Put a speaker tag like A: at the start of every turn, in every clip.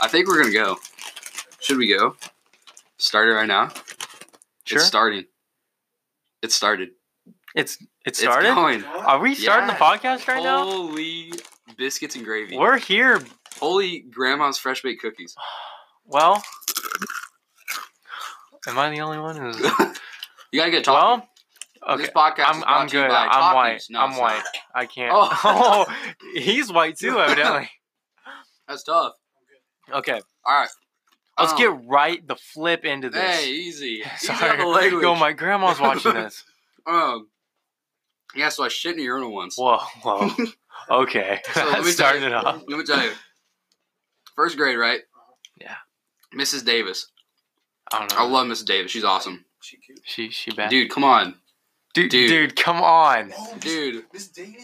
A: I think we're gonna go. Should we go? Start it right now.
B: Sure.
A: It's starting. It started.
B: It's it started.
A: It's going.
B: Are we starting
A: Yeah.
B: the podcast right now?
A: Holy biscuits and gravy.
B: We're here.
A: Holy grandma's fresh baked cookies.
B: Well, am I the only one who's?
A: you gotta get talking.
B: well, okay.
A: This podcast is
B: I'm
A: brought
B: I'm
A: to you
B: good.
A: by
B: I'm white.
A: Talkies. No,
B: I'm
A: it's not.
B: white. I can't.
A: Oh.
B: Oh. he's white too, evidently.
A: That's tough.
B: Okay,
A: All right.
B: let's
A: Um,
B: get right the flip into this.
A: Hey, easy. Easy on
B: Sorry,
A: the language.
B: yo, my grandma's watching this.
A: Um, yeah, so I shit in the urinal once.
B: Whoa, whoa. Okay,
A: So let me tell you-
B: starting it off.
A: Let me tell you. First grade, right?
B: Yeah. Uh-huh.
A: Mrs. Davis.
B: I don't know.
A: I love Mrs. Davis. She's awesome.
C: She cute.
B: she she bad.
A: Dude, come on.
B: dude,
A: dude.
B: dude, come on.
C: Oh,
A: Dude.
C: Miss Dan.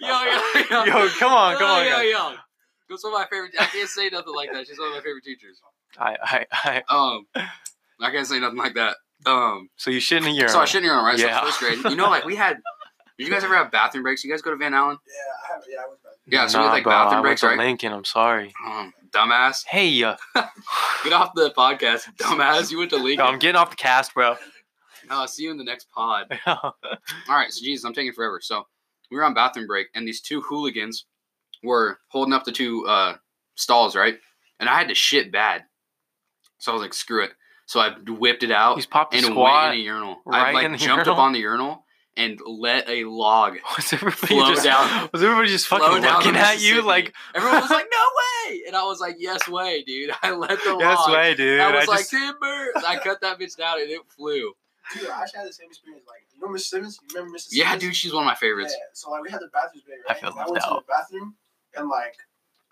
A: Yo, yo, yo.
B: Yo, come on, come on,
A: Yo,
B: guys.
A: yo. That's one of my favorite. I can't say nothing like that. She's one of my favorite teachers.
B: I, I, I,
A: Um, I can't say nothing like that. Um,
B: so you shouldn't hear.
A: so I shouldn't hear on right.
B: Yeah.
A: So first grade, you know, like we had. Did you guys ever have bathroom breaks? You guys go to Van Allen?
C: Yeah, I have, yeah, I was about
A: Yeah, so we had like
B: bro, I
A: bathroom
B: went
A: breaks,
B: to
A: right?
B: Lincoln, I'm sorry.
A: Um, dumbass,
B: Hey, uh,
A: get off the podcast, dumbass. You went to
B: yo, I'm
A: Lincoln.
B: getting off the cast, bro.
A: No, I'll see you in the next pod.
B: oh,
A: All right, so Jesus, I'm taking forever. So we were on bathroom break, and these two hooligans were holding up the two uh, stalls, right? And I had to shit bad, so I was like, "Screw it!" So I whipped it out
B: he's popped a
A: and
B: squat.
A: went in a urinal. I
B: right
A: like
B: in the
A: jumped up
B: urinal?
A: on the urinal and let a log.
B: Was everybody
A: Flow
B: just
A: down-
B: was everybody just
A: flow
B: fucking
A: down the
B: looking at you
A: Mississippi.
B: like
A: Everyone was like, "No way!" And I was like, "Yes way, dude!" I let the
B: yes
A: log.
B: way, dude?
A: I was
B: I
A: like,
B: just
A: "Timber!" And I cut that bitch down, and it flew.
C: to. Dude, I actually had the same experience. Like, you know Miss Simmons? You remember Mrs.
A: Yeah,
C: Simmons?
A: dude, she's one of my favorites.
C: Yeah, so like we had the bathroom break,
B: I
C: right?
B: feel
C: And I
B: left
C: went to
B: out.
C: the bathroom and like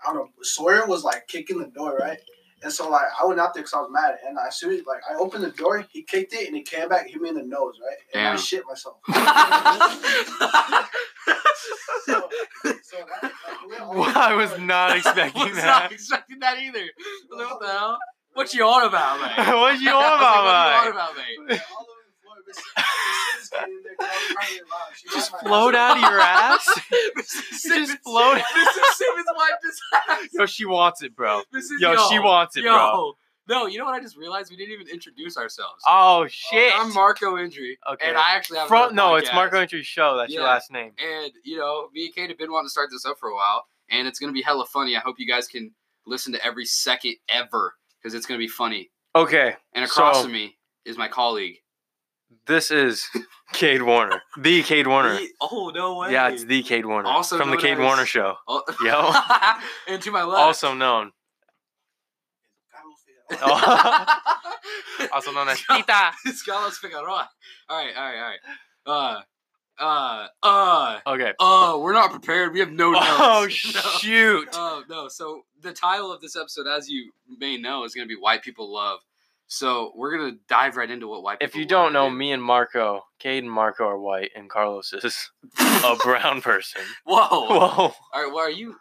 C: I don't know, Sawyer was like kicking the door, right? And so like I went out there because I was mad, and I soon as like I opened the door, he kicked it and it came back, hit me in the nose, right? And I
A: Damn.
C: shit myself. so, so that, like, we went all
B: Well, I was
C: over.
B: not
A: I
B: expecting
A: was not
B: that.
A: expecting that either. I was like, what the hell? What you on about, mate?
B: what you on
A: I was like,
B: about,
A: what you on about, mate?
C: All over the floor, Miss Simmons- Miss Simmons came in there, girl, crying loud. She
B: Just
C: wiped my
B: float
C: ass.
B: out of your ass.
A: Mrs.
B: You just
A: Simmons,
B: float-
A: Mrs. Simmons wiped his ass.
B: Yo, she wants it, bro.
A: Mrs.
B: Yo, she wants it,
A: yo.
B: bro.
A: No, you know what? I just realized we didn't even introduce ourselves.
B: Oh shit.
A: I'm Marco Injury,
B: Okay.
A: and I actually have
B: Front,
A: another
B: no, it's
A: podcast.
B: Marco Entry Show. That's your
A: Yeah.
B: last name.
A: And you know, me and Kate have been wanting to start this up for a while, and it's gonna be hella funny. I hope you guys can listen to every second ever because it's gonna be funny.
B: Okay,
A: And across
B: So-
A: from me is my colleague.
B: this is Cade Warner, the Cade Warner.
A: He- oh no way!
B: Yeah, it's the Cade Warner
A: Also
B: from the
A: known
B: Cade
A: as-
B: Warner Show,
A: Oh-
B: Yo.
A: and to my left.
B: also known,
C: I don't feel that.
A: Oh.
B: oh. also known as
A: Scar-
B: Tita.
A: Scarlett Figueroa. All right, all right, all right. Uh, uh, uh,
B: Okay.
A: uh. We're not prepared. We have no notes.
B: Oh
A: No.
B: shoot!
A: Oh no! So the title of this episode, as you may know, is going to be "White People Love." So we're going to dive right into what white.
B: If
A: people
B: you don't know,
A: love,
B: me and Marco, Cade and Marco are white, and Carlos is a brown person.
A: Whoa!
B: Whoa!
A: All right. Well, are you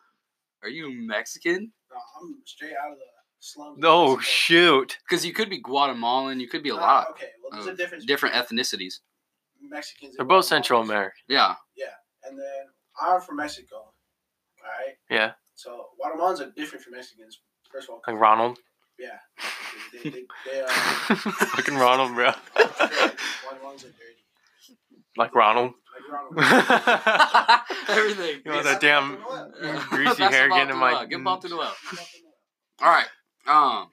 A: are you Mexican?
C: No, I'm straight out of the slums.
B: Oh
C: So-
B: shoot!
A: Because you could be Guatemalan. You could be a
C: Ah,
A: lot
C: Okay, well, there's a
A: of
C: difference.
A: different
C: between
A: ethnicities.
C: Mexicans.
B: They're
C: and
B: both Central
C: Guatemalans.
B: American.
A: Yeah.
C: And then I'm from Mexico, all right?
B: Yeah.
C: So Guatemalans are different from Mexicans. First of all,
B: Like Ronald.
C: yeah, they, they, they, uh,
B: Fucking Ronald, bro.
C: Guatemalans are dirty.
B: like Ronald.
C: Like you're on a-
B: you
A: Everything.
B: want that damn greasy
A: That's
B: hair
A: about
B: getting
A: the
B: in my. Mm.
A: well. Get ball through the well. All right. Um,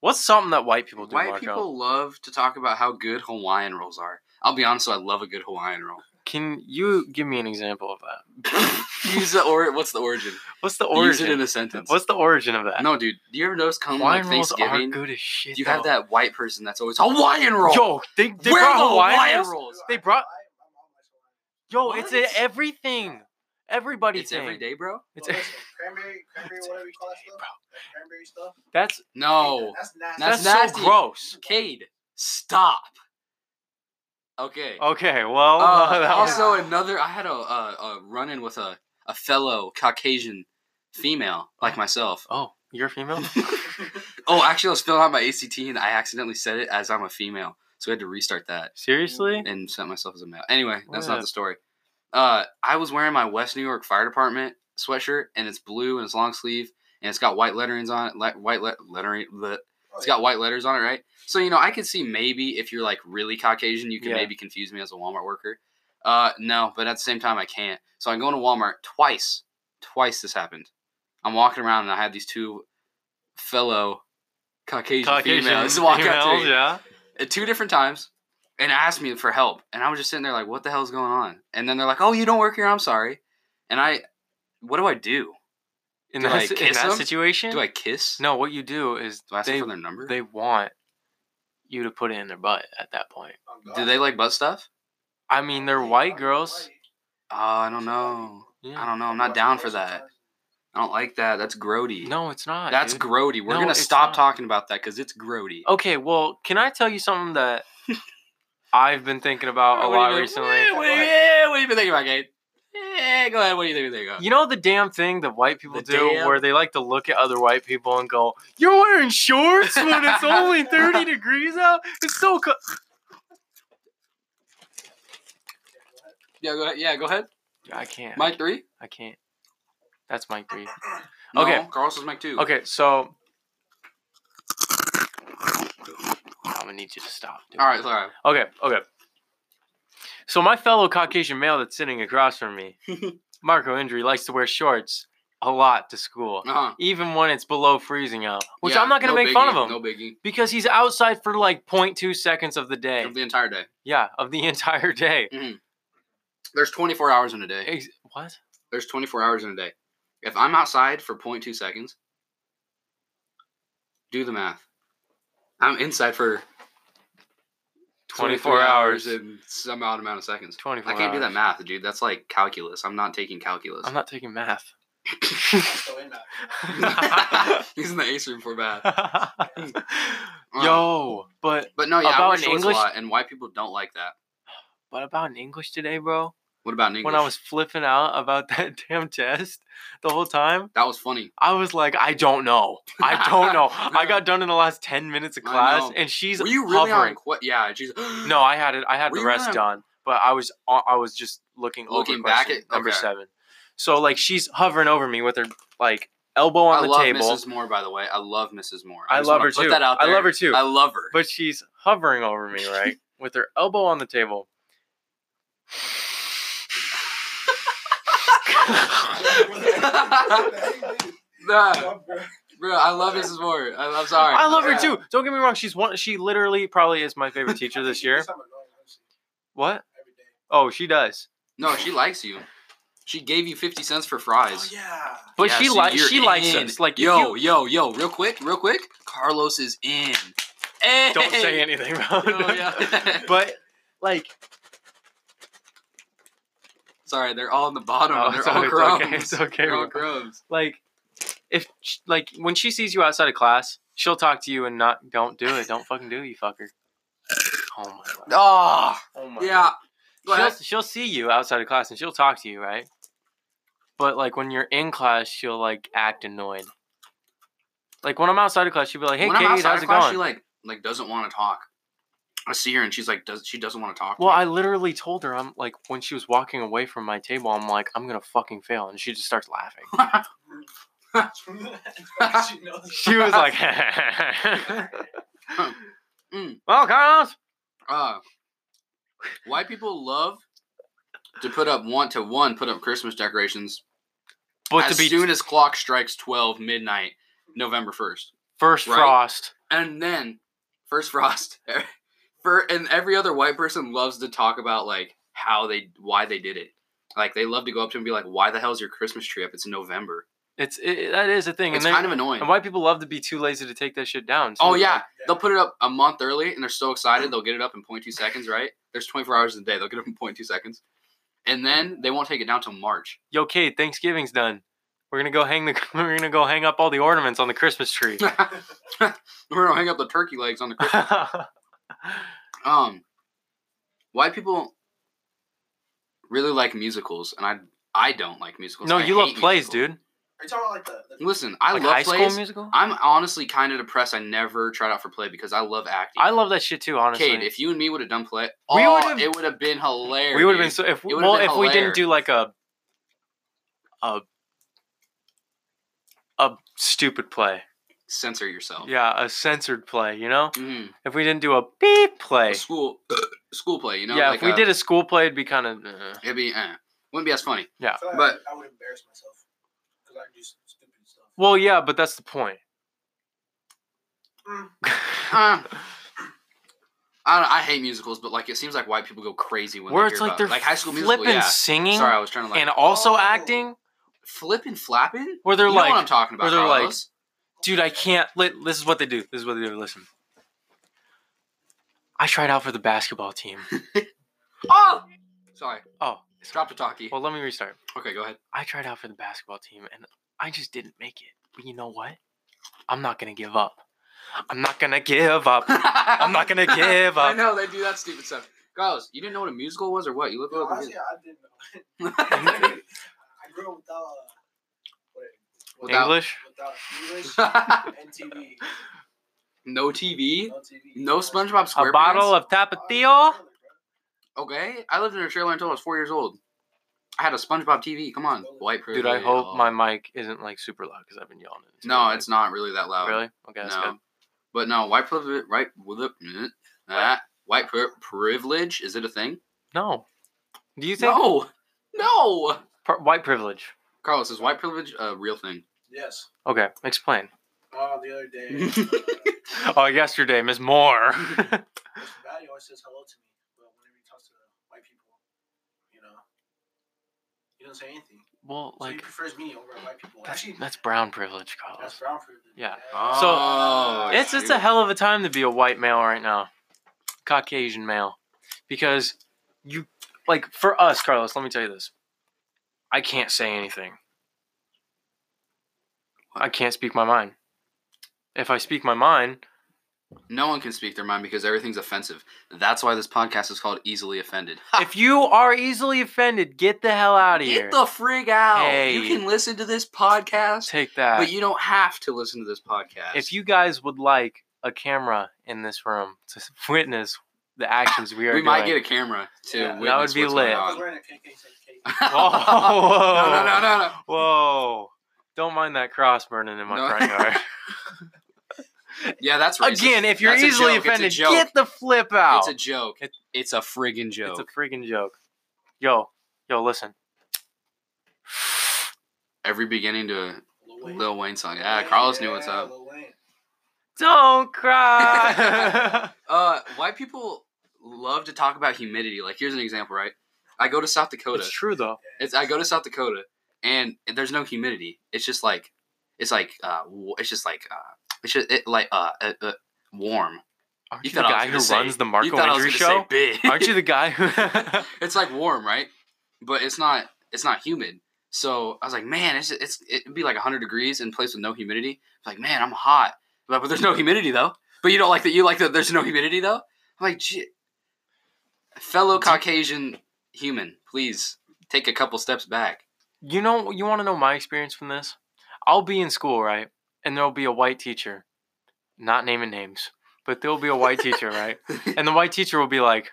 B: What's something that white people do,
A: white
B: Marco?
A: people love to talk about how good Hawaiian rolls are. I'll be honest, I love a good Hawaiian roll.
B: Can you give me an example of that?
A: Use the or what's the origin?
B: What's the
A: Use it in
B: origin?
A: a sentence.
B: What's the origin of that?
A: no, dude. Do you ever notice come like
B: Hawaiian rolls are
A: Thanksgiving?
B: good as shit.
A: You have
B: though.
A: that white person that's always Hawaiian roll.
B: Yo, they, they
A: Where
B: brought
A: are the
B: Hawaiian, rolls. They
C: I-
B: brought-
C: I- my mom likes Hawaiian.
B: Yo, it's in
A: What?
B: everything. Everybody
A: It's
B: thing.
A: every day, bro.
B: It's
C: Well,
B: e-
C: listen, cranberry, cranberry,
B: It's
C: whatever you call that
B: every day,
C: stuff.
B: bro.
C: that Cranberry stuff.
B: that's
A: No,
C: that's nasty.
A: Oh, That's
B: that's,
A: nasty.
B: so gross.
A: Cade, stop. Okay.
B: Okay, well,
A: Uh,
B: Oh, that was-
A: also, another. I had a, a, a run in with a, a fellow Caucasian female like myself.
B: oh, you're female.
A: Oh, actually, I was filling out my ACT and I accidentally said it as I'm a female, so we had to restart that
B: Seriously?
A: and set myself as a male. Anyway, that's not
B: What?
A: the story. Uh, I was wearing my West New York Fire Department sweatshirt, and it's blue and it's long sleeve, and it's got white letterings on it. Let, white let, lettering. bleh.
C: Oh,
A: It's got white letters on it, right? So you know, I could see maybe if you're like really Caucasian, you can
B: Yeah.
A: maybe confuse me as a Walmart worker. Uh, no, but at the same time, I can't. So I go into Walmart twice. Twice this happened. I'm walking around and I had these two fellow Caucasian, females walk up to me
B: yeah.
A: at two different times and asked me for help. And I was just sitting there like, what the hell's going on? And then they're like, oh, you don't work here. I'm sorry. And I, what do I do?
B: In
A: Do
B: that,
A: I
B: si- in
A: kiss
B: that
A: them?
B: situation,
A: Do I kiss?
B: no. What you do is
A: Do I ask
B: they
A: them for their number?
B: they want you to put it in their butt at that point.
C: Oh,
A: do
C: God.
A: they like butt stuff?
B: I mean, they're
C: Yeah,
B: white
C: I'm
B: girls.
C: white.
A: Oh, I don't know. I
B: Yeah.
A: don't know. I'm not
C: White
A: down
C: girls
A: for that.
C: sometimes.
A: I don't like that. That's grody.
B: No, it's not.
A: That's
B: dude.
A: grody. We're
B: No,
A: gonna
B: it's
A: stop
B: not. Oh,
A: talking about that because it's grody.
B: Okay, well, can I tell you something that I've been thinking about a
A: What do you
B: lot
A: think-
B: recently?
A: What, do you- yeah, what do you been thinking about, Gabe? Yeah, go ahead. What do you think? There you go.
B: You know the damn thing that white people
A: The
B: do
A: damn-
B: where they like to look at other white people and go, You're wearing shorts when it's only 30 degrees out? It's so co-.
A: Yeah, go ahead. Yeah, go ahead.
B: I can't.
A: Mike three.
B: I can't. That's Mike Breed.
A: okay.
B: Okay.
A: Carlson's Mike two.
B: Okay, so. I'm gonna need you to stop. Dude.
A: All right. All right.
B: Okay, okay. So my fellow Caucasian male that's sitting across from me, Marco Indri, likes to wear shorts a lot to school,
A: Uh-huh.
B: even when it's below freezing out. Which
A: Yeah,
B: I'm not gonna
A: no
B: make fun
A: biggie,
B: of him
A: No biggie.
B: because he's outside for like 0.2 seconds of the day.
A: Of the entire day.
B: Yeah, of the entire day.
A: There's 24 hours in a day.
B: Ex- what?
A: There's 24 hours in a day. If I'm outside for 0.2 seconds, do the math. I'm inside for
B: 24
A: 23
B: hours.
A: and some odd amount of seconds.
B: 24.
A: I can't do that
B: hours.
A: math, dude. That's like calculus. I'm not taking calculus.
B: I'm not taking math.
C: So in that.
A: He's in the ace room for math.
B: Yo, but
A: But no, yeah, I
B: About
A: wear
B: in
A: shorts
B: English-
A: a lot, and white people don't like that.
B: but about in English today, bro.
A: What about in English?
B: When I was flipping out about that damn test the whole time,
A: that was funny.
B: I was like, I don't know. I don't know. I got done in the last 10 minutes of
A: I
B: class
A: know.
B: and she's
A: Were you really
B: hovering.
A: on? Qu- yeah, she's
B: No, I had it. I had
A: Were
B: the
A: you
B: rest
A: really
B: done, but I was on- I was just looking,
A: Looking
B: over
A: back
B: question
A: at-
B: number
A: okay.
B: seven. So like she's hovering over me with her like elbow on
A: I
B: the
A: love
B: table.
A: Mrs. Moore, by the way. I love Mrs. Moore.
B: I
A: just
B: love
A: wanna
B: her
A: put
B: too.
A: That out
B: I
A: there.
B: love her too.
A: I love her.
B: But she's hovering over me, right, with her elbow on the table.
A: nah,
C: Fuck, bro.
A: bro, I love Mrs. Moore. I, am sorry.
B: I love her
C: Yeah.
B: too. Don't get me wrong. She's one. She literally probably is my favorite teacher this year.
C: It's not annoying, honestly,
B: What?
C: every day.
B: Oh, she does.
A: No, she likes you. She gave you 50 cents for fries.
C: Oh, yeah.
B: But
A: Yeah,
B: she
A: so
B: likes
A: you're
B: she likes
A: in.
B: us. Like if
A: yo,
B: you-
A: yo, yo, real quick, real quick. Carlos is in. Hey!
B: don't say anything. Bro.
A: Oh, yeah.
B: but like
A: Sorry, they're all in the bottom.
B: Oh,
A: they're
B: it's
A: all
B: okay, it's
A: crumbs.
B: okay, it's okay,
A: They're all
B: bro.
A: crumbs.
B: like if sh- like when she sees you outside of class, she'll talk to you and not don't do it. Don't fucking do it, you fucker. Oh my god.
A: Oh,
B: Oh my
A: yeah. Go
B: God.
A: ahead.
B: She'll, she'll see you outside of class and she'll talk to you, right? But like when you're in class, she'll like act annoyed. Like when I'm outside of class, she'll be like, "Hey,
A: when I'm
B: Kate,
A: outside
B: how's
A: of
B: it
A: class,
B: going?"
A: she like like doesn't want to talk. I see her and she's like, does she doesn't want to talk? to
B: well,
A: me.
B: I literally told her I'm like when she was walking away from my table, I'm like, "I'm gonna fucking fail," and she just starts laughing.
C: she knows.
B: She was like,
A: Mm.
B: "Well, Carlos,
A: uh, white people love to put up one to one put up Christmas decorations
B: but
A: as
B: to be
A: soon as clock strikes twelve midnight, November first,
B: first
A: Right.
B: frost."
A: and then first frost. For and every other white person loves to talk about like how they why they did it. Like they love to go up to him and be like, "Why the hell is your Christmas tree up? It's November."
B: It's it, that is a thing,
A: It's
B: and, they-
A: kind of annoying.
B: and white people love to be too lazy to take that shit down.
A: Oh
B: too,
A: yeah,
B: like-
A: they'll put it up a month early, and they're so excited they'll get it up in 0.2 seconds. Right? There's 24 hours in a day. They'll get it up in 0.2 seconds, and then they won't take it down till March.
B: yo, Kate, Thanksgiving's done. We're gonna go hang the we're gonna go hang up all the ornaments on the Christmas tree.
A: We're gonna hang up the turkey legs on the Christmas. um. White people really like musicals, and I I don't like musicals.
B: no,
A: I
B: you love
A: hate
B: plays,
A: musicals.
B: dude.
C: Are you talking about like the, the
A: Listen, I
B: like
A: love
B: high
A: plays.
B: school musical.
A: I'm honestly kind of depressed. I never tried out for play because I love acting.
B: I love that shit too. Honestly,
A: Cade, if you and me would have done play,
B: We
A: oh,
B: would've-
A: it would have been hilarious.
B: we would have been so if
A: would've
B: well
A: been
B: if we
A: hilarious.
B: didn't do like a a a stupid play.
A: Censor yourself.
B: Yeah, a censored play, you know?
A: Mm,
B: If we didn't do a beep
A: a
B: play.
A: school school play, you know.
B: yeah,
A: like
B: if we
A: a-
B: did a school play, it'd be kind of. Uh,
A: it'd be uh, wouldn't be as funny.
C: I feel like
A: But-
C: I would embarrass myself because I do s- stupid stuff.
B: well, yeah, but that's the point.
C: Mm.
A: Uh, I, I hate musicals, but like it seems like white people go crazy when
B: Where
A: they
B: it's
A: hear about-
B: like they're
A: like high school musical.
B: flipping
A: Yeah.
B: singing
A: Sorry, I was trying to like
B: and also
C: Oh.
B: acting,
A: flipping flapping.
B: where they're
A: you know what I'm
B: like,
A: talking about?
B: where they're like-
A: Carlos.
B: dude, I can't. Li- this is what they do. This is what they do. Listen. I tried out for the basketball team.
A: oh, sorry,
B: Oh, it's
A: drop the talkie.
B: Well, let me restart.
A: Okay, go ahead.
B: I tried out for the basketball team and I just didn't make it. But you know what? I'm not going to give up. I'm not going to give up.
A: I'm
B: not gonna give
A: I
B: up.
A: know they do that stupid stuff. Carlos, you didn't know what a musical was or what? You look a little
C: Honestly,
A: confused.
C: I didn't know. I grew up without, uh,
A: Without-
B: English?
C: without English and TV.
A: no TV,
C: No TV.
A: no SpongeBob SquarePants.
B: A bottle of
A: Uh,
B: Tapatio?
A: Okay, I lived in a trailer until I was four years old. I had a SpongeBob TV. Come on, white privilege. Oh.
B: Dude, I hope my mic isn't like super loud because I've been yelling. It's
A: No,
B: really-
A: it's not really that loud.
B: Really? Okay, that's
A: No,
B: good.
A: but no, white privilege. Right, with the that white pri- privilege is it a thing?
B: No. Do you think
A: No, no.
B: Pri- white privilege?
A: Carlos, is white privilege a real thing?
C: Yes.
B: Okay, explain.
C: Uh, the other day, uh, Mr.
B: Oh, yesterday, Ms. Moore.
C: Batty always says hello to me, but whenever he talks to white people, you know, he doesn't say anything.
B: well,
C: so he
B: like,
C: prefers me over white people.
B: that's,
C: Actually,
B: that's brown privilege, Carlos.
C: that's brown fruit.
B: Yeah. So,
A: Oh,
B: It's it's a
A: shoot.
B: hell of a time to be a white male right now, Caucasian male, because you like for us, Carlos. Let me tell you this: I can't say anything. I can't speak my mind. If I speak my mind,
A: No one can speak their mind because everything's offensive. That's why this podcast is called Easily Offended.
B: if you are easily offended, get the hell out of
A: Get
B: here.
A: the frig out. You
B: Hey.
A: can listen to this podcast,
B: Take that.
A: but you don't have to listen to this podcast.
B: if you guys would like a camera in this room to s- witness the actions we are
A: we might get
B: doing-
A: a camera to
C: Yeah, that
A: witness
B: would be
A: what's
B: lit.
A: going
C: I was
A: on.
C: wearing a KK said cake.
B: Whoa,
A: no, no, no, no, no.
B: Whoa. Don't mind that cross burning in my
A: No.
B: front yard.
A: Yeah, that's racist.
B: Again, if you're
A: That's a
B: easily
A: joke. It's a
B: offended,
A: joke.
B: get the flip out.
A: It's a joke.
B: It-
A: It's a friggin'
B: It's
A: joke.
B: a friggin' joke. Yo, yo, listen.
A: Every beginning to
C: Lil
A: a
C: Wayne.
A: Lil Wayne song. Yeah, Carlos knew what's
C: Yeah,
A: up.
C: Lil Wayne.
B: Don't cry.
A: Uh, white people love to talk about humidity. Like, here's an example, right? I go to South Dakota.
B: it's true though.
A: It's I go to South Dakota and there's no humidity. It's just like it's like uh w- it's just like uh it's just it, like uh, uh, uh warm.
B: Aren't
A: You
B: you, the
A: thought I was
B: guy
A: gonna
B: who
A: say-
B: runs the
A: you
B: Marco
A: thought I was
B: Andrew
A: gonna
B: show?
A: say big.
B: Aren't you the guy who
A: it's like warm, right? But it's not it's not humid. So I was like, man, it's it's it'd be like 100 degrees in place with no humidity. It's like, man, I'm hot. But, but there's no humidity though. But you don't like that you like that there's no humidity though? I'm like, gee, fellow Caucasian human, please take a couple steps back.
B: You know, you want to know my experience from this? I'll be in school, right? And there'll be a white teacher, not naming names, but there'll be a white teacher, right? And the white teacher will be like,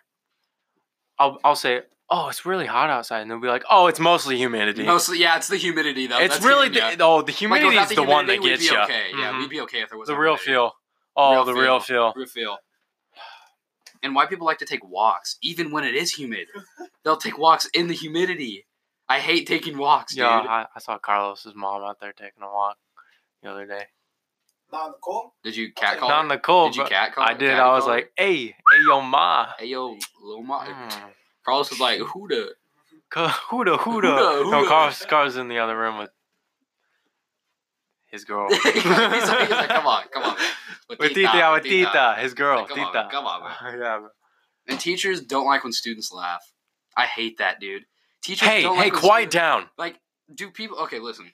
B: I'll, I'll say, oh, it's really hot outside. And they'll be like, oh, it's mostly humidity.
A: Mostly, Oh, yeah, it's the humidity though.
B: it's
A: That's
B: really,
A: humid, yeah.
B: the, oh, the
A: Like,
B: humidity
A: without
B: is the, one that
A: humidity,
B: gets
A: we'd be
B: you.
A: Okay, yeah,
B: Mhm.
A: we'd be okay if there was
B: the real feel. Oh,
A: Real
B: the
A: feel.
B: real feel.
A: Real feel. And why people like to take walks, even when it is humid. They'll take walks in the humidity. I hate taking walks,
B: Yeah,
A: dude.
B: I, I saw Carlos's mom out there taking a walk the other day.
C: Not Nicole.
A: Did you cat call?
B: Not in the cold,
A: Oh, Did you
B: but
A: cat call?
B: I did. I was like, hey, hey, yo, ma.
A: "Hey yo, little Ma."
B: Mm.
A: Carlos was like, "Who the?"
B: Huda,
A: Huda,
B: Huda.
A: Huda.
B: No, Carlos, Carlos is in the other room with his girl.
A: he's, like, he's like, "Come on, come on." man.
B: With Tita, yeah, with
A: Tita.
B: Tita, his girl,
A: Like, come on,
B: Tita.
A: come on, man.
B: yeah. man.
A: And teachers don't like when students laugh. I hate that, dude. Teachers.
B: Hey,
A: don't
B: hey,
A: like when
B: quiet
A: students-
B: down.
A: like do people okay listen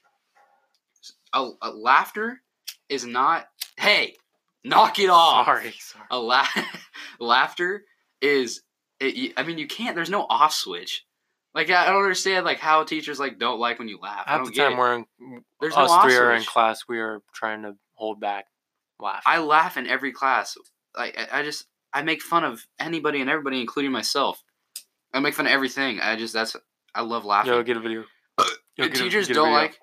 A: a, a laughter is not hey knock it off
B: Sorry, sorry.
A: a la- laughter is it, you- i mean you can't there's no off switch like i I don't understand like how teachers like don't like when you laugh i
B: Half
A: don't
B: the
A: get
B: time
A: it.
B: we're in,
A: there's no
B: us
A: off
B: three are in
A: switch.
B: class, we are trying to hold back laugh.
A: i laugh in every class like I, I just i make fun of anybody and everybody including myself i make fun of everything i just that's i love laughing
B: Yo, get a video. Yo,
A: And
B: get a-
A: teachers
B: get a
A: don't
B: video.
A: like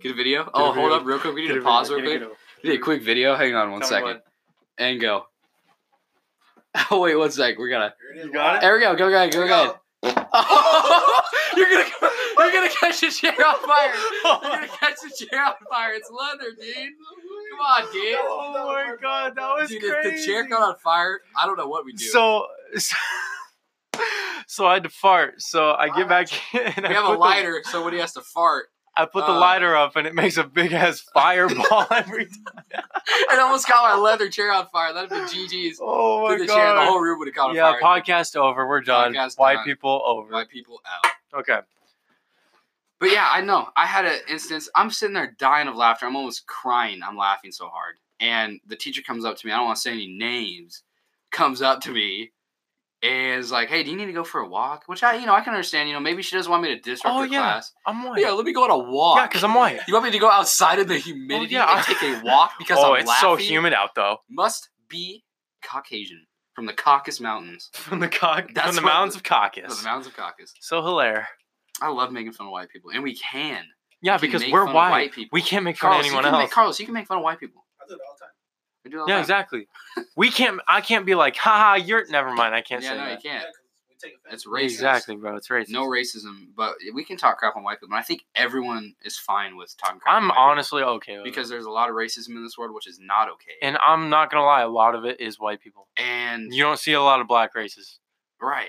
A: Get a video. Oh, hold
B: video.
A: up real quick. We need
B: Get
A: to
B: a
A: pause
B: video,
A: real
B: get
A: quick.
B: a-
A: We need a quick video. Hang on one
B: Tell me
A: second. And go. Oh wait, one sec. We gotta.
C: Here it is.
B: You got
A: There we go. Go ahead. Go
C: Here we
A: ahead. you're gonna you're gonna catch the chair on fire.
B: what?
A: You're gonna catch the chair on fire. It's leather, dude. Come on, dude.
B: Oh my god, that was
A: Dude, if the
B: crazy.
A: chair caught on fire, I don't know what we do.
B: so, so, so I had to fart. So I get back in.
A: we
B: And I
A: have a
B: put the-
A: lighter, so when he has to fart,
B: I put the
A: uh,
B: lighter up, and it makes a big ass fireball every time.
A: it almost caught my leather chair on fire. That'd have been GG's.
B: Oh my
A: Through the
B: god.
A: chair, the whole room would have caught on
B: yeah,
A: fire.
B: podcast over. We're done.
A: Podcast
B: White
A: done.
B: people over.
A: my people out.
B: Okay.
A: But yeah, I know. I had an instance. I'm sitting there dying of laughter. I'm almost crying. I'm laughing so hard. And the teacher comes up to me. I don't want to say any names. Comes up to me and is like, "Hey, do you need to go for a walk?" Which I, you know, I can understand. You know, maybe she doesn't want me to disrupt
B: Oh,
A: her
B: yeah.
A: class.
B: I'm white.
A: Yeah, let me go on a walk.
B: Yeah, because I'm white.
A: you want me to go outside in the humidity
B: yeah.
A: and take a walk because
B: Oh,
A: I'm
B: it's
A: laughing?
B: so humid out though.
A: Must be Caucasian from the Caucasus Mountains.
B: From the cock,
A: That's
B: from the
A: what-
B: mountains of
A: No,
B: Caucasus.
A: the mountains of Caucasus.
B: so hilarious.
A: I love making fun of white people, and we can.
B: Yeah,
A: We can
B: because
A: make
B: we're
A: fun of
B: white.
A: white people.
B: We can't make fun
A: Carlos,
B: of
A: you
B: anyone
A: can
B: else.
A: Make, Carlos, you can make fun of white people.
C: I do it all the time.
A: We do it all the
B: yeah,
A: time.
B: exactly. We can't. I can't be like, haha, you're. Never mind. I can't
A: Yeah,
B: say
A: no, you
B: that.
C: Yeah,
A: can't.
C: 'cause we take offense.
A: It's racist.
B: Exactly, bro. It's racist.
A: No racism, but we can talk crap on white people. And I think everyone is fine with talking crap.
B: I'm
A: on white
B: honestly okay with
A: people
B: it.
A: because there's a lot of racism in this world, which is not okay.
B: and I'm not gonna lie, a lot of it is white people.
A: And,
B: You don't see a lot of black races
A: right,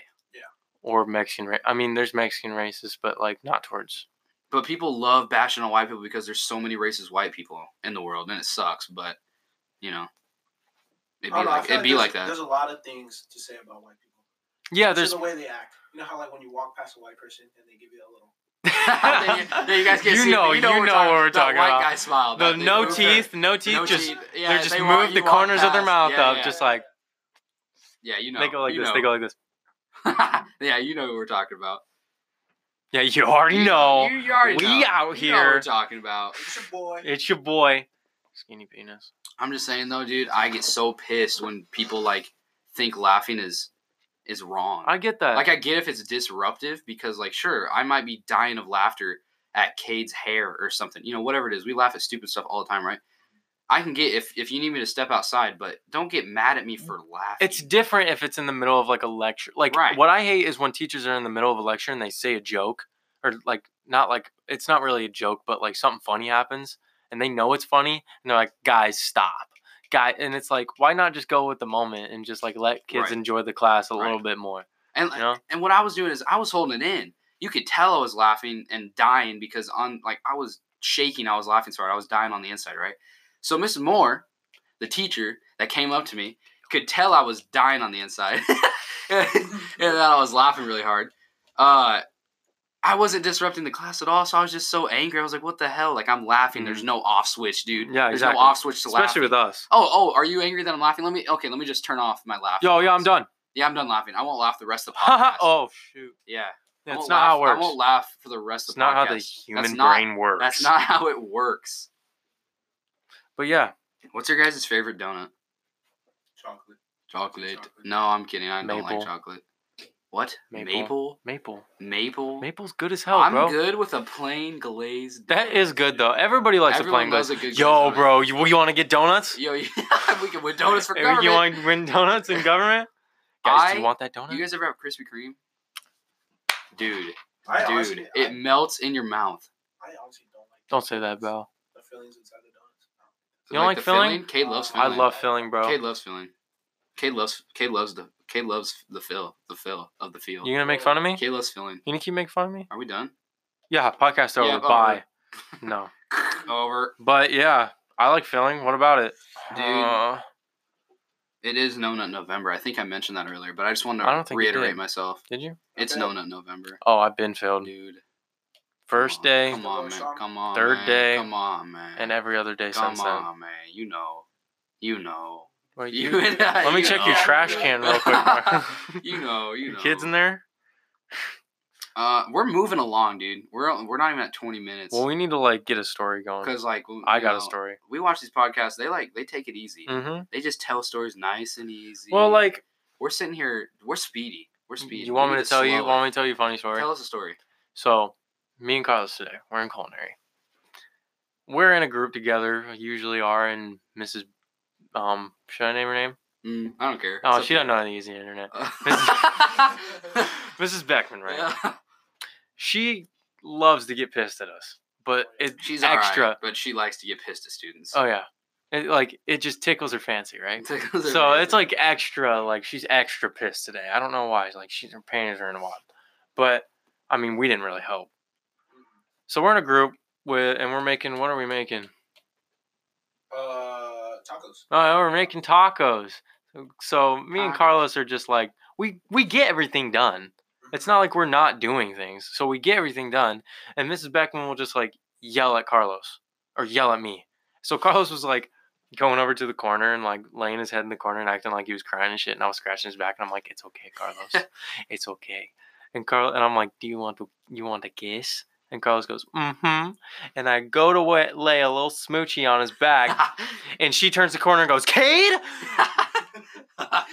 B: or Mexican. Ra- I mean, there's Mexican races, but like not towards.
A: but people love bashing on white people because there's so many racist white people in the world, and it sucks. But you know, it'd be
C: I don't know, I
A: like
C: feel
A: it'd be
C: there's-
A: like that.
C: There's a lot of things to say about white people.
B: Yeah,
C: Just
B: there's.
C: the way they act. You know how like when you walk past a white person and they give you a little.
A: Yeah, you guys can't
B: You
A: see it, but
B: know-
A: you know,
B: you
A: what we're talking,
B: know what we're
A: about. That
B: talking
A: white
B: about.
A: guy smile.
B: the
A: that they
B: no
A: move their-
B: teeth, no teeth,
A: no
B: just
A: teeth. Yeah,
B: they're just
A: they walk-
B: move the
A: you walk
B: corners of their
A: past.
B: mouth
A: Yeah,
B: up,
A: yeah.
B: just like
A: yeah, you know,
B: they go like
A: you
B: this,
A: know.
B: they go like this.
A: yeah, you know who we're talking about.
B: Yeah, you already know.
A: You, you already
B: we
A: know. You
B: out
A: know what
B: here.
A: we're talking about.
C: "Oh, It's your boy.
B: It's your boy, skinny penis.
A: I'm just saying though, dude. I get so pissed when people like think laughing is is wrong.
B: I get that.
A: like I get if it's disruptive because like sure I might be dying of laughter at Cade's hair or something. You know whatever it is, we laugh at stupid stuff all the time, right? I can get if if you need me to step outside, but don't get mad at me for laughing.
B: it's different if it's in the middle of like a lecture. Like
A: Right.
B: what I hate is when teachers are in the middle of a lecture and they say a joke or like not like it's not really a joke, but like something funny happens and they know it's funny and they're like, "Guys, stop." Guy and it's like, why not just go with the moment and just like let kids
A: Right.
B: enjoy the class a
A: Right.
B: little bit more,
A: and
B: you know?
A: and what I was doing is I was holding it in. You could tell I was laughing and dying because on like I was shaking, I was laughing so hard, I was dying on the inside, right? So Mrs. Moore, the teacher that came up to me, could tell I was dying on the inside, and, that I was laughing really hard. Uh, I wasn't disrupting the class at all, so I was just so angry. I was like, "What the hell? Like I'm laughing. There's no off switch, dude.
B: Mm-hmm. Yeah,
A: There's
B: exactly.
A: no off switch to laugh.
B: Especially with us.
A: oh, oh, are you angry that I'm laughing? Let me okay. Let me just turn off my laugh.
B: Yo, yeah, I'm done.
A: Yeah, I'm done laughing. I won't laugh the rest of the podcast.
B: oh shoot.
A: Yeah. I
B: That's
A: won't
B: not how it
A: laugh-
B: works.
A: I won't laugh for the rest
B: It's
A: of the podcast.
B: not how the human
A: not-
B: brain works.
A: That's not how it works.
B: But yeah,
A: What's your guys' favorite donut?
C: Chocolate.
A: Chocolate.
C: Chocolate.
A: No, I'm kidding. I don't like
B: Maple.
A: chocolate. What?
B: Maple.
A: Maple?
B: maple.
A: Maple? Oh,
B: Maple's good as hell,
A: I'm
B: bro.
A: good with a plain glazed.
B: That
A: donut.
B: is good though. Everybody likes
A: Everyone
B: a plain
A: loves
B: glaze.
A: a good
B: Yo,
A: glazed donut.
B: bro, you, you want to get donuts?
A: Yo, yeah, we can win donuts for
B: Hey,
A: government.
B: You want to win donuts in government? Guys, do
A: I-
B: you want that donut?
A: you guys ever have Krispy Kreme? Dude,
C: I
A: dude,
C: honestly,
A: it
C: I,
A: melts in your mouth.
C: I honestly don't like.
B: Don't say that, bro.
C: The feelings inside the donuts.
B: You don't like
A: the
B: filling?
A: Cade loves
C: I
A: filling.
B: I love filling, bro.
A: Cade loves filling. Cade loves. Cade loves the. Cade loves the fill. The fill of the field.
B: You gonna make fun of me?
A: Cade loves filling.
B: You gonna keep making fun of me?
A: Are we done?
B: Yeah, podcast over.
A: Yeah, over.
B: Bye. no,
A: Over.
B: but yeah, I like filling. What about it?
A: Dude,
B: Uh,
A: It is No Nut November. I think I mentioned that earlier, but I just wanted to
B: I don't think you
A: reiterate
B: did.
A: myself.
B: did you?
A: It's
C: Okay.
A: No Nut November.
B: Oh, I've been filled.
A: Dude. come
B: First
A: on,
B: day
A: Come on, man. Come on.
B: Third
A: man,
B: day,
A: Come on, man.
B: and every other day
A: Come
B: since then.
A: on, man. You know. You know.
B: Wait,
A: You-
B: you- let me
A: you
B: check your
A: know.
B: trash can real quick. Mark.
A: you know. You know.
B: Your kids in there?
A: Uh, we're moving along, dude. We're we're not even at 20 minutes.
B: Well, we need to like get a story going.
A: Cause like we-
B: I
A: you
B: got
A: know, Mm-hmm.
B: a story.
A: We watch these podcasts. They like they take it easy.
B: hmm
A: They just tell stories nice and easy.
B: Well, like
A: we're sitting here. We're speedy. We're speedy.
B: You want
A: We
B: me
A: need
B: to tell you?
A: slow
B: Want
A: it.
B: me to tell you a funny story?
A: Tell us a story.
B: So, me and Carlos today, we're in culinary, we're in a group together. Usually, are and Mrs. Um, should I name her name?
A: Mm, I don't care.
B: Oh,
A: It's
B: she
A: okay.
B: doesn't know how to use the internet.
A: Uh,
B: Mrs. Beckman, right? She loves to get pissed at us, but it,
A: She's
B: extra.
A: extra, but she likes to get pissed at students.
B: Oh yeah, it, like it just tickles her fancy, right?
A: Tickles her
B: So
A: fancy.
B: it's like extra. Like she's extra pissed today. I don't know why. Like she's her panties are in a wad, but I mean we didn't really help.
C: Mm-hmm.
B: So we're in a group with, and we're making. What are we making?
C: Uh, tacos.
B: Oh, we're making tacos. So me and
A: Tacos.
B: Carlos are just like we we get everything done. It's not like we're not doing things. So we get everything done, and Mrs. Beckman will just like yell at Carlos or yell at me. So Carlos was like going over to the corner and like laying his head in the corner and acting like he was crying and shit, and I was scratching his back, and I'm like, "It's okay, Carlos, it's okay." And Carl and I'm like, "Do you want to you want a kiss?" And Carlos goes, "Mm-hmm," and I go to wa- lay a little smoochie on his back. And she turns the corner and goes, Cade?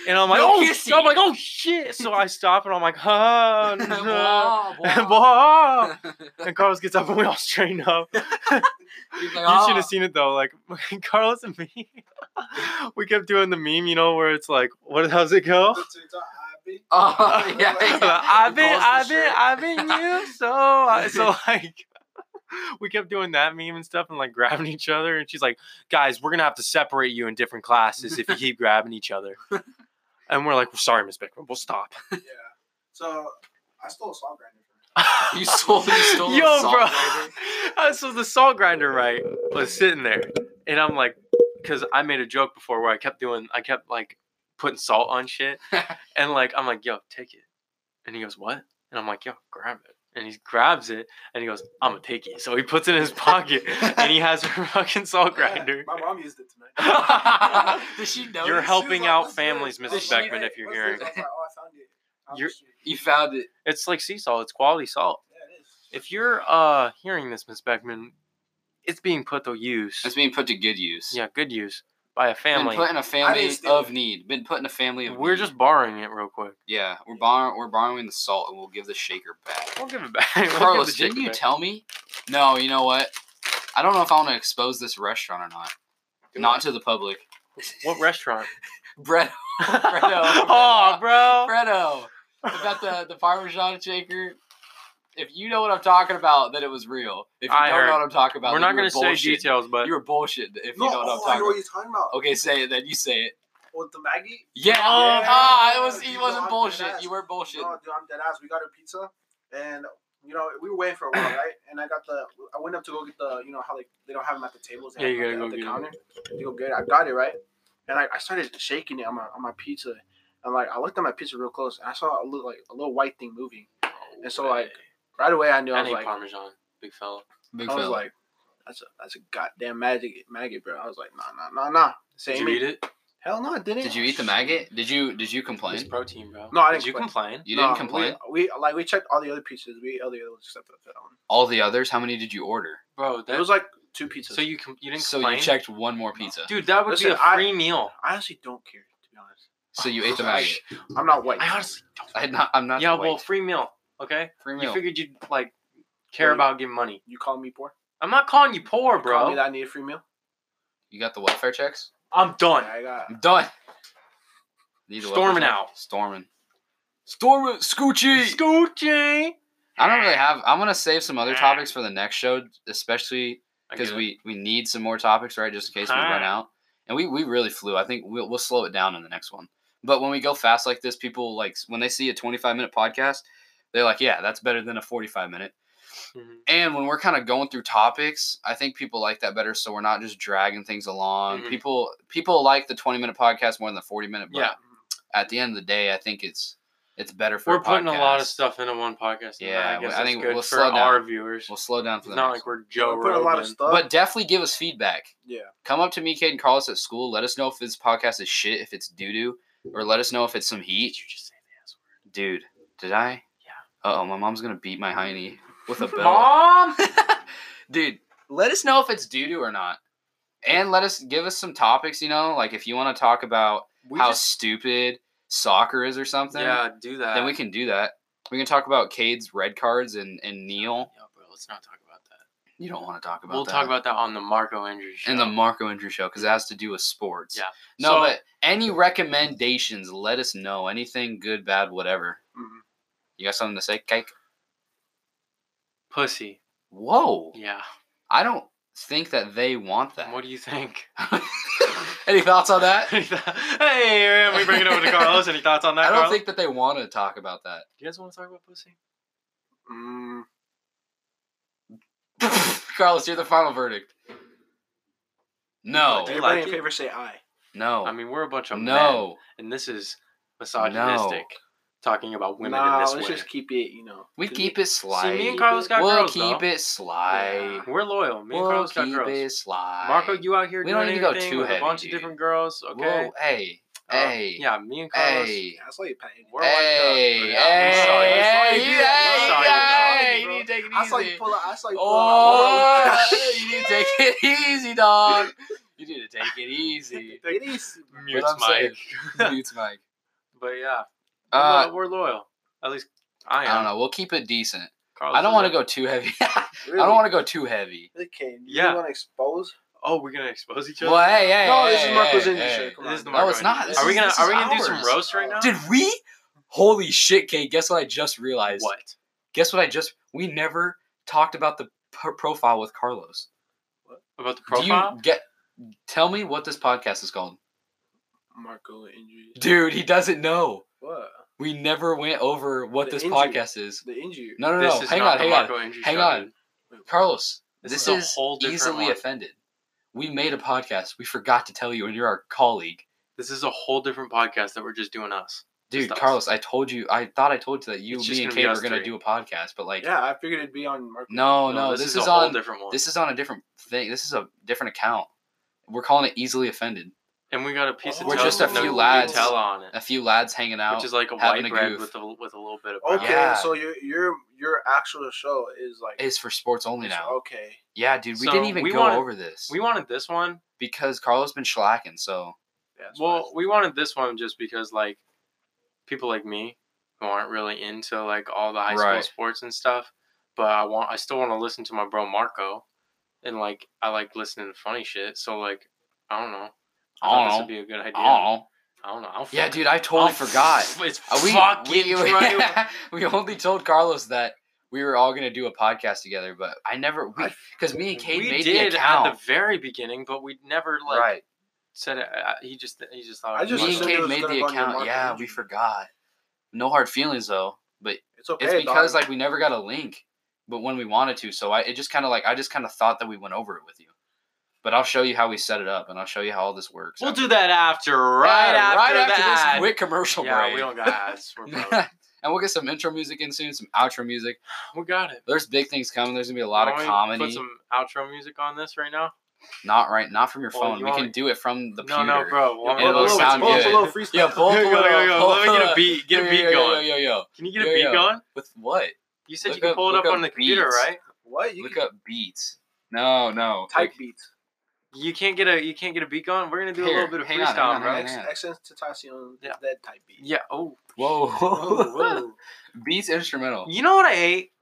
B: And I'm like,
A: No
B: oh,
A: kissy."
B: shit. I'm like, oh shit. So I stop and I'm like, oh no.
A: Wah,
B: And
A: wah.
B: whoa.
A: He's
B: And Carlos gets up and we all straighten up.
A: like,
B: You should
A: "Ah."
B: have seen it though. Like Carlos and me, we kept doing the meme, you know, where it's like, what how's it go?
C: The TikTok, I be-
A: Oh, yeah. yeah.
B: I've been,
A: Goes to
B: I've been,
A: shit.
B: I've been you. So, I- so like, we kept doing that meme and stuff, and like grabbing each other. And she's like, "Guys, we're gonna have to separate you in different classes if you keep grabbing each other." And we're like, "Sorry, Miss Bickman, we'll stop."
C: Yeah. So I stole a salt grinder. from
A: You stole, you stole
B: Yo,
A: a salt
B: bro.
A: grinder.
B: Uh, so the salt grinder, right, was sitting there, and I'm like, because I made a joke before where I kept doing, I kept like putting salt on shit, and like I'm like, yo, take it, and he goes, what? And I'm like, yo, grab it, and he grabs it, and he goes, I'm gonna take it. So he puts it in his pocket, and he has her fucking salt
C: her.
B: grinder.
C: My mom used it tonight.
A: Does she know?
B: You're
A: this?
B: helping
C: She was
B: out
C: "What's
B: families,
C: this?"
B: Mrs.
C: I was like,
B: Beckman, if you're
C: "What's
A: hearing.
C: this?" I was like, oh, I found it. Out the
B: You're-
C: street.
A: You found it.
B: It's like sea salt. It's quality salt.
C: Yeah, it is.
B: If you're uh hearing this, Miss Beckman, it's being put to use.
A: It's being put to good use.
B: Yeah, good use by a family.
A: Been put in a
C: I
A: family
C: didn't steal
A: of
C: it.
A: need. Been put in a family of.
B: We're
A: need.
B: just borrowing it real quick.
A: Yeah, we're borrowing. We're borrowing the salt, and we'll give the shaker back.
B: We'll give it back. We'll give
A: Carlos,
B: the chicken
A: didn't you
B: back.
A: tell me? No, you know what? I don't know if I want to expose this restaurant or not. Not to the public.
B: what restaurant?
A: Bread.
B: oh, bro.
A: Fredo, about the the Parmesan shaker. If you know what I'm talking about, then it was real. If you
B: I
A: don't
B: heard.
A: know what I'm talking about,
B: We're
A: then
B: not
A: you were
B: gonna say
A: bullshitting.
B: details, but
A: You were bullshit if
C: No,
A: you know what I'm
C: oh, I know
A: talking
C: what
A: about.
C: you're talking about.
A: Okay, say it. Then you say
B: Oh,
A: it.
C: With the Maggie?
A: Yeah.
C: Oh,
A: ah, it was. He
C: you
A: wasn't
C: know,
A: bullshit.
C: that's-
A: You were bullshit.
C: No, Oh, dude, I'm dead ass. We got a pizza, and you know we were waiting for a while, right? And I got the, I went up to go get the, you know how like they don't have them at the tables. they
B: Yeah,
C: have
B: you
C: them
B: gotta
C: at the,
B: go
C: at the counter. You go get it. I got it right, and I, I started shaking it on my on my pizza, and like I looked at my pizza real close, and I saw a little like a little white thing moving, and so like right away I knew I,
B: I
C: was
B: need
C: like,
B: Parmesan, big fella.
A: Big
C: I was like, that's a that's a goddamn magic maggot, bro. I was like, nah, nah, nah, nah.
B: Did
C: Same.
B: you eat it?
C: Hell no, I didn't.
A: Did you eat the maggot? Did you Did you
B: It's
A: complain?
B: protein, bro.
C: No, I
B: Did
C: didn't
B: you complain?
A: You
C: No,
A: didn't complain.
C: We, we like we checked all the other pizzas. We ate all the other ones except for that one.
A: All the others. How many did you order?
B: Bro, that
C: It was like two pizzas.
B: so you com- you didn't
A: So
B: complain.
A: you checked one more pizza.
B: Dude, that would
C: Listen,
B: be
C: I-
B: a free meal.
C: I honestly don't care, to be honest.
A: So you ate the
B: Oh,
A: maggot.
C: I'm not white.
B: I honestly don't.
A: I not, I'm not.
B: yeah,
A: white.
B: well, free meal. Okay,
A: free
B: you
A: meal.
B: figured you'd like care
C: Well, you-
B: about giving money.
C: You calling me poor?
B: I'm not calling you poor,
C: You calling
B: bro.
C: me that I need a free meal?
A: You got the welfare checks.
B: I'm done.
C: I got.
A: I'm done. Need a welfare
B: Storming
A: check?
B: out.
A: Storming. Storming. Scoochie.
B: Scoochie.
A: I don't really have. I'm gonna save some other topics for the next show, especially
B: I
A: because
B: get it.
A: we we need some more topics, right? Just in case we run
B: Alright.
A: out. And we we really flew. I think we'll we'll slow it down in the next one. But when we go fast like this, people like when they see a 25 minute podcast, they're like, yeah, that's better than a 45 minute.
B: Mhm.
A: And when we're kind of going through topics, I think people like that better. So we're not just dragging things along.
B: Mhm.
A: People people like the 20 minute podcast more than the 40 minute. But
B: Yeah.
A: At the end of the day, I think it's it's better for.
B: We're putting a lot of
A: podcast.
B: stuff into one podcast. and
A: Yeah,
B: I, guess
A: I
B: that's
A: think
B: good
A: we'll
B: for
A: slow down.
B: our viewers.
A: We'll slow down
B: it's
A: for the
B: not
A: next.
B: like we're Joe
C: we
B: Rogan.
C: put a lot of stuff.
A: but definitely give us feedback.
C: yeah.
A: Come up to me, Kate and Carlos at school. Let us know if this podcast is shit, if it's doo doo, or let us know if it's some heat. Dude, did I? Yeah. Uh oh, my mom's gonna beat my hiney with a bell.
B: Mom,
A: Dude, let us know if it's doo doo or not. And let us give us some topics, you know, like if you want to talk about
B: we
A: how
B: just
A: stupid soccer is or something,
B: yeah do that.
A: then we can do that. We can talk about Cade's red cards and, and Neil.
B: Yeah, bro. Let's not talk about that.
A: You don't want to talk about
B: we'll
A: that.
B: talk about that on the Marco Andrews show.
A: in the Marco Andrew show because it has to do with sports.
B: Yeah.
A: No,
B: So-
A: but any recommendations, let us know. Anything good, bad, whatever.
C: Mhm.
A: You got something to say, Cake?
B: pussy.
A: Whoa.
B: Yeah.
A: I don't think that they want that.
B: What do you think?
A: Any thoughts on that?
B: hey, and we bring it over to Carlos. Any thoughts on that?
A: I don't
B: Carlos?
A: think that they want to talk about that.
B: You guys want to talk about pussy?
C: Mm,
A: Carlos, you're the final verdict. No.
B: Do you
C: everybody
B: like
C: in
B: it?
C: favor say aye.
A: No.
B: I mean, we're a bunch of men,
A: Oh. no.
B: and this is misogynistic. Talking about women
C: nah,
B: in this
C: let's
B: way.
C: just keep it. You know,
A: We
C: Did
A: keep it slide.
B: See, me and Carlos got
A: we'll
B: girls,
A: keep
B: though.
A: it slide.
C: Yeah.
B: We're loyal. Me and
A: We'll
B: Carlos got
A: keep
B: girls.
A: it slide.
B: Marco, you out here
A: We don't
B: doing
A: need to go
B: anything
A: too
B: with
A: heavy,
B: a bunch
A: dude.
B: of different girls, okay?
A: Whoa, hey,
B: Uh,
A: hey,
B: Yeah, me and Carlos.
A: hey.
C: That's why you pat it.
B: We're
A: Hey,
B: like
A: hey,
B: the, yeah, we saw you-
A: hey,
B: we saw you
A: you-
B: do
A: hey,
B: that. We saw you do that.
A: hey, you need to take it
C: I saw
A: easy.
C: you pull out. I saw you pull
A: Oh,
C: out.
A: you need to take it easy, dog. You need to take it easy.
C: It is.
B: Mutes
A: What I'm saying.
B: Mike.
A: Mutes Mike.
B: but yeah, we're,
A: Uh,
B: lo- we're loyal. At least I am.
A: I don't know. We'll keep it decent.
B: Carlos
A: I don't
B: is
A: want to
B: a-
A: go too heavy. I
C: Really?
A: don't want to go too heavy.
C: Really, Kane? You
B: Yeah.
C: want to expose?
B: Oh, we're gonna expose each other.
A: Well, hey, hey,
C: No, this
A: hey,
C: is Marco's
A: hey,
C: industry.
A: hey.
C: Come
B: This
C: on.
B: is the
A: No,
B: Marco
A: it's not.
B: Andrews.
A: This
B: Are we
A: is-
B: gonna
A: this
B: Are we
A: is
B: gonna do some
A: ours.
B: roast right now?
A: Did we? Holy shit, Kate! Guess what I just realized.
B: what?
A: Guess what I just? We never talked about the p- profile with Carlos.
B: About the profile?
A: Do you get? Tell me what this podcast is called,
C: Marco injury.
A: dude. He doesn't know.
C: What?
A: We never went over what
C: The
A: this
C: injury.
A: podcast is.
C: The injury.
A: No, no,
B: this
A: no.
B: is
A: Hang
B: not
A: on,
B: the
A: hang on,
B: Marco Andrews
A: hang
B: show,
A: on.
B: dude.
C: Wait,
A: Carlos.
B: This
A: This,
B: is a
A: is,
B: whole different
A: easily
B: one.
A: offended. We made a podcast. We forgot to tell you, and you're our colleague,
B: This is a whole different podcast that we're just doing us.
A: dude.
B: Just us.
A: Carlos, I told you. I thought I told you that you,
B: It's just
A: me, and
B: gonna be
A: Kate
B: us
A: were gonna
B: three.
A: do a podcast, but like,
C: Yeah, I figured it'd be on Marco.
A: no, Oh, no,
B: this, is, a whole
A: on
B: different one.
A: this is on a different thing. This is a different account. We're calling it easily offended.
B: and we got a piece of
A: We're
B: tell-
A: just a
B: no
A: few
B: Nutella
A: lads.
B: on it,
A: A few lads hanging out.
B: which is like a
A: having
B: white
A: a
B: bread
A: goof.
B: with a with a little bit of brown.
C: Okay,
A: Yeah.
C: so your your your actual show is like
A: is for sports only
C: it's-
A: now.
C: Okay.
A: Yeah, dude, we
B: So,
A: didn't even
B: we
A: go
B: wanted-
A: over this
B: We wanted this one.
A: because Carlos been slacking. So
C: Yeah, that's
B: Well,
C: fine.
B: we wanted this one just because like people like me who aren't really into like all the high school
A: Right.
B: sports and stuff, but I want I still want to listen to my bro Marco, and like I like listening to funny shit. So like I don't know. I,
A: I
B: thought
A: don't
B: this
A: know.
B: would be a good idea. I
A: oh,
B: don't know. I'll
A: yeah,
B: fuck-
A: dude, I totally
B: I'll-
A: forgot.
B: It's
A: Uh, we,
B: fucking
A: we,
B: right.
A: we only told Carlos that we were all gonna do a podcast together, but I never we because me and Kate
B: we
A: made
B: did
A: the
B: at
A: account
B: the very beginning, but we never like
A: right.
B: said it. I- he just he just thought
C: I
B: it was
C: just
A: Me
B: funny.
A: and
C: assumed it
A: Kate
C: was
A: made
C: gonna
A: the
C: go under
A: account.
C: Marco
A: Yeah,
C: Andrews.
A: we forgot. No hard feelings though, but
C: it's okay.
A: it's because
C: dog.
A: like we never got a link, but when we wanted to, so I it just kind of like I just kind of thought that we went over it with you. But I'll show you how we set it up, and I'll show you how all this works.
B: We'll
A: after.
B: do that after, right,
A: Yeah,
B: after, that.
A: this quick commercial
B: yeah,
A: break.
B: we don't got ads. We're broke.
A: and we'll get some intro music in soon, some outro music.
B: we got it.
A: There's big things coming. There's gonna be a lot
B: Why
A: of
B: don't we
A: comedy.
B: Put some outro music on this right now.
A: Not right, not from your
B: Well,
A: phone.
B: you
A: we can
B: want-
A: do it from the
B: no,
A: computer.
B: no, bro. Why don't
A: It'll
B: we-
A: Pull up a sound
C: pull up
A: good.
C: a little freestyle.
A: Yeah, both
B: Here we
A: pull
B: go,
A: it
B: here we
A: up,
B: go.
A: pull
B: Let me
A: it
B: get a
A: up.
B: beat. Get a
A: Yo,
B: beat
A: yo, yo,
B: going.
A: Yo, yo, yo.
B: Can you get a
A: Yo,
B: beat
A: yo.
B: going?
A: With what?
B: You said
A: Look
B: you can
A: up-
B: pull it up
A: look
B: on the
A: up
B: computer,
A: beats.
B: right?
C: What you
A: Look
C: can
A: up beats. No, no.
C: type beats.
B: You can't get a you can't get a beat going. We're gonna do a
A: Here,
B: little bit of
A: hang on,
B: freestyle,
A: hang on,
B: bro.
A: hang on,
C: X
A: hang on.
C: X Tentacion
B: Yeah.
C: is that type beat.
B: Yeah. Oh.
A: Whoa,
B: Whoa, whoa.
A: beats instrumental.
B: You know what I hate?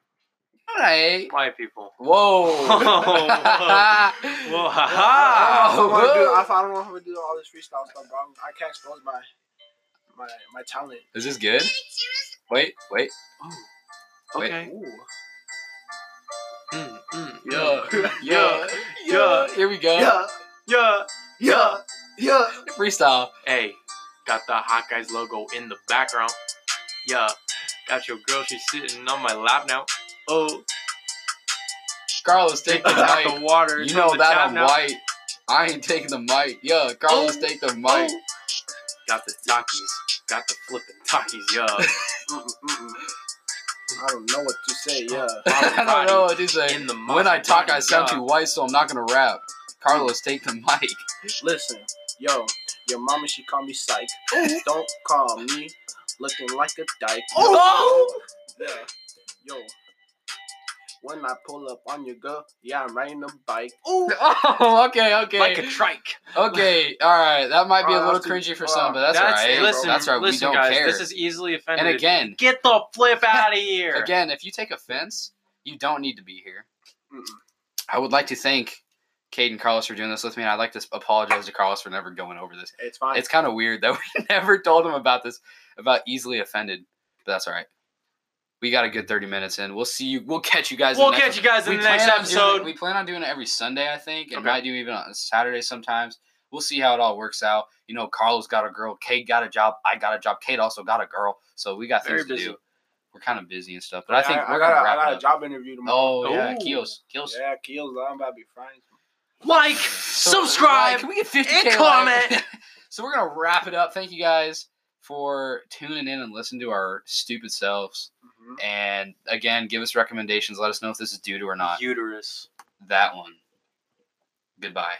A: All right.
B: White people.
A: Whoa.
B: Whoa.
C: I- I, I,
A: Oh,
C: don't wanna do,
A: whoa.
C: I, I don't know if I'm gonna do all this freestyle stuff, bro. I'm- I can't expose my my my talent.
A: Is this good? Wait, wait. Wait.
B: Oh. Okay.
C: Ooh.
B: Mm, mm,
A: Yeah,
B: mm.
A: yeah,
B: yeah.
A: Here we go.
C: Yeah,
B: Yeah.
C: yeah, yeah.
A: Freestyle.
B: Hey, got the Hot Guys logo in the background. Yeah, got your girl, she's sitting on my lap now. Oh,
A: Carlos, take the
B: got
A: mic.
B: the water.
A: You
B: from
A: know
B: the
A: that
B: tap
A: I'm
B: now.
A: white. I ain't taking the mic. Yeah, Carlos,
B: Oh.
A: take the mic.
B: Oh. Got the Takis, got the flipping Takis, yeah.
C: Mm-mm, mm-mm. I don't know what to say. Yeah.
A: I don't know what to say.
B: In the
A: When I talk, I
B: Maserati,
A: sound
B: yeah.
A: too white, so I'm not gonna rap. Carlos, take the mic.
C: Listen, yo, your mama she call me psych. Don't call me looking like a dyke.
A: Oh!
C: Yeah, yo. When I pull up on your girl, yeah, I'm riding a bike.
A: Oh, okay, okay,
B: Like a trike.
A: okay. All right, that might be a
C: Oh,
A: little
C: that's too-
A: cringy for
C: oh,
A: some, but that's, all right.
B: Listen,
A: that's all right.
B: listen,
A: we don't
B: guys,
A: care.
B: this is easily offended.
A: and again,
B: get the flip out of here.
A: again, if you take offense, you don't need to be here.
C: Mm-mm.
A: I would like to thank Cade and Carlos for doing this with me, and I'd like to apologize to Carlos for never going over this.
D: It's fine.
A: It's kind of weird that we never told him about this, about easily offended, but that's all right. We got a good 30 minutes in. We'll see you. We'll catch you guys.
B: We'll
A: in the next
B: catch you guys in
A: we
B: the next
A: plan on doing it-
B: episode.
A: we plan on doing it every Sunday, I think, and
B: Okay.
A: might do even on Saturday sometimes. We'll see how it all works out. You know, Carlos got a girl, Kate got a job, I got a job, Kate also got a girl, so we got
D: Very
A: things to
D: busy.
A: do. We're kind of busy and stuff, but I think
D: I,
A: we're
D: got,
A: gonna
D: a, I
A: wrap
D: got
A: it
D: a
A: up.
D: job interview tomorrow.
A: Oh yeah,
B: Ooh.
A: Keels, Keels.
D: Yeah, Keels, I'm about to be frying. some-
B: Like,
A: So,
B: subscribe,
A: like, can we get 50
B: and comment.
A: so we're gonna wrap it up. Thank you guys for tuning in and listening to our stupid selves.
C: Mm-hmm.
D: Mhm.
A: And again, give us recommendations. Let us know if this is due to or not.
B: uterus.
A: That one. Goodbye.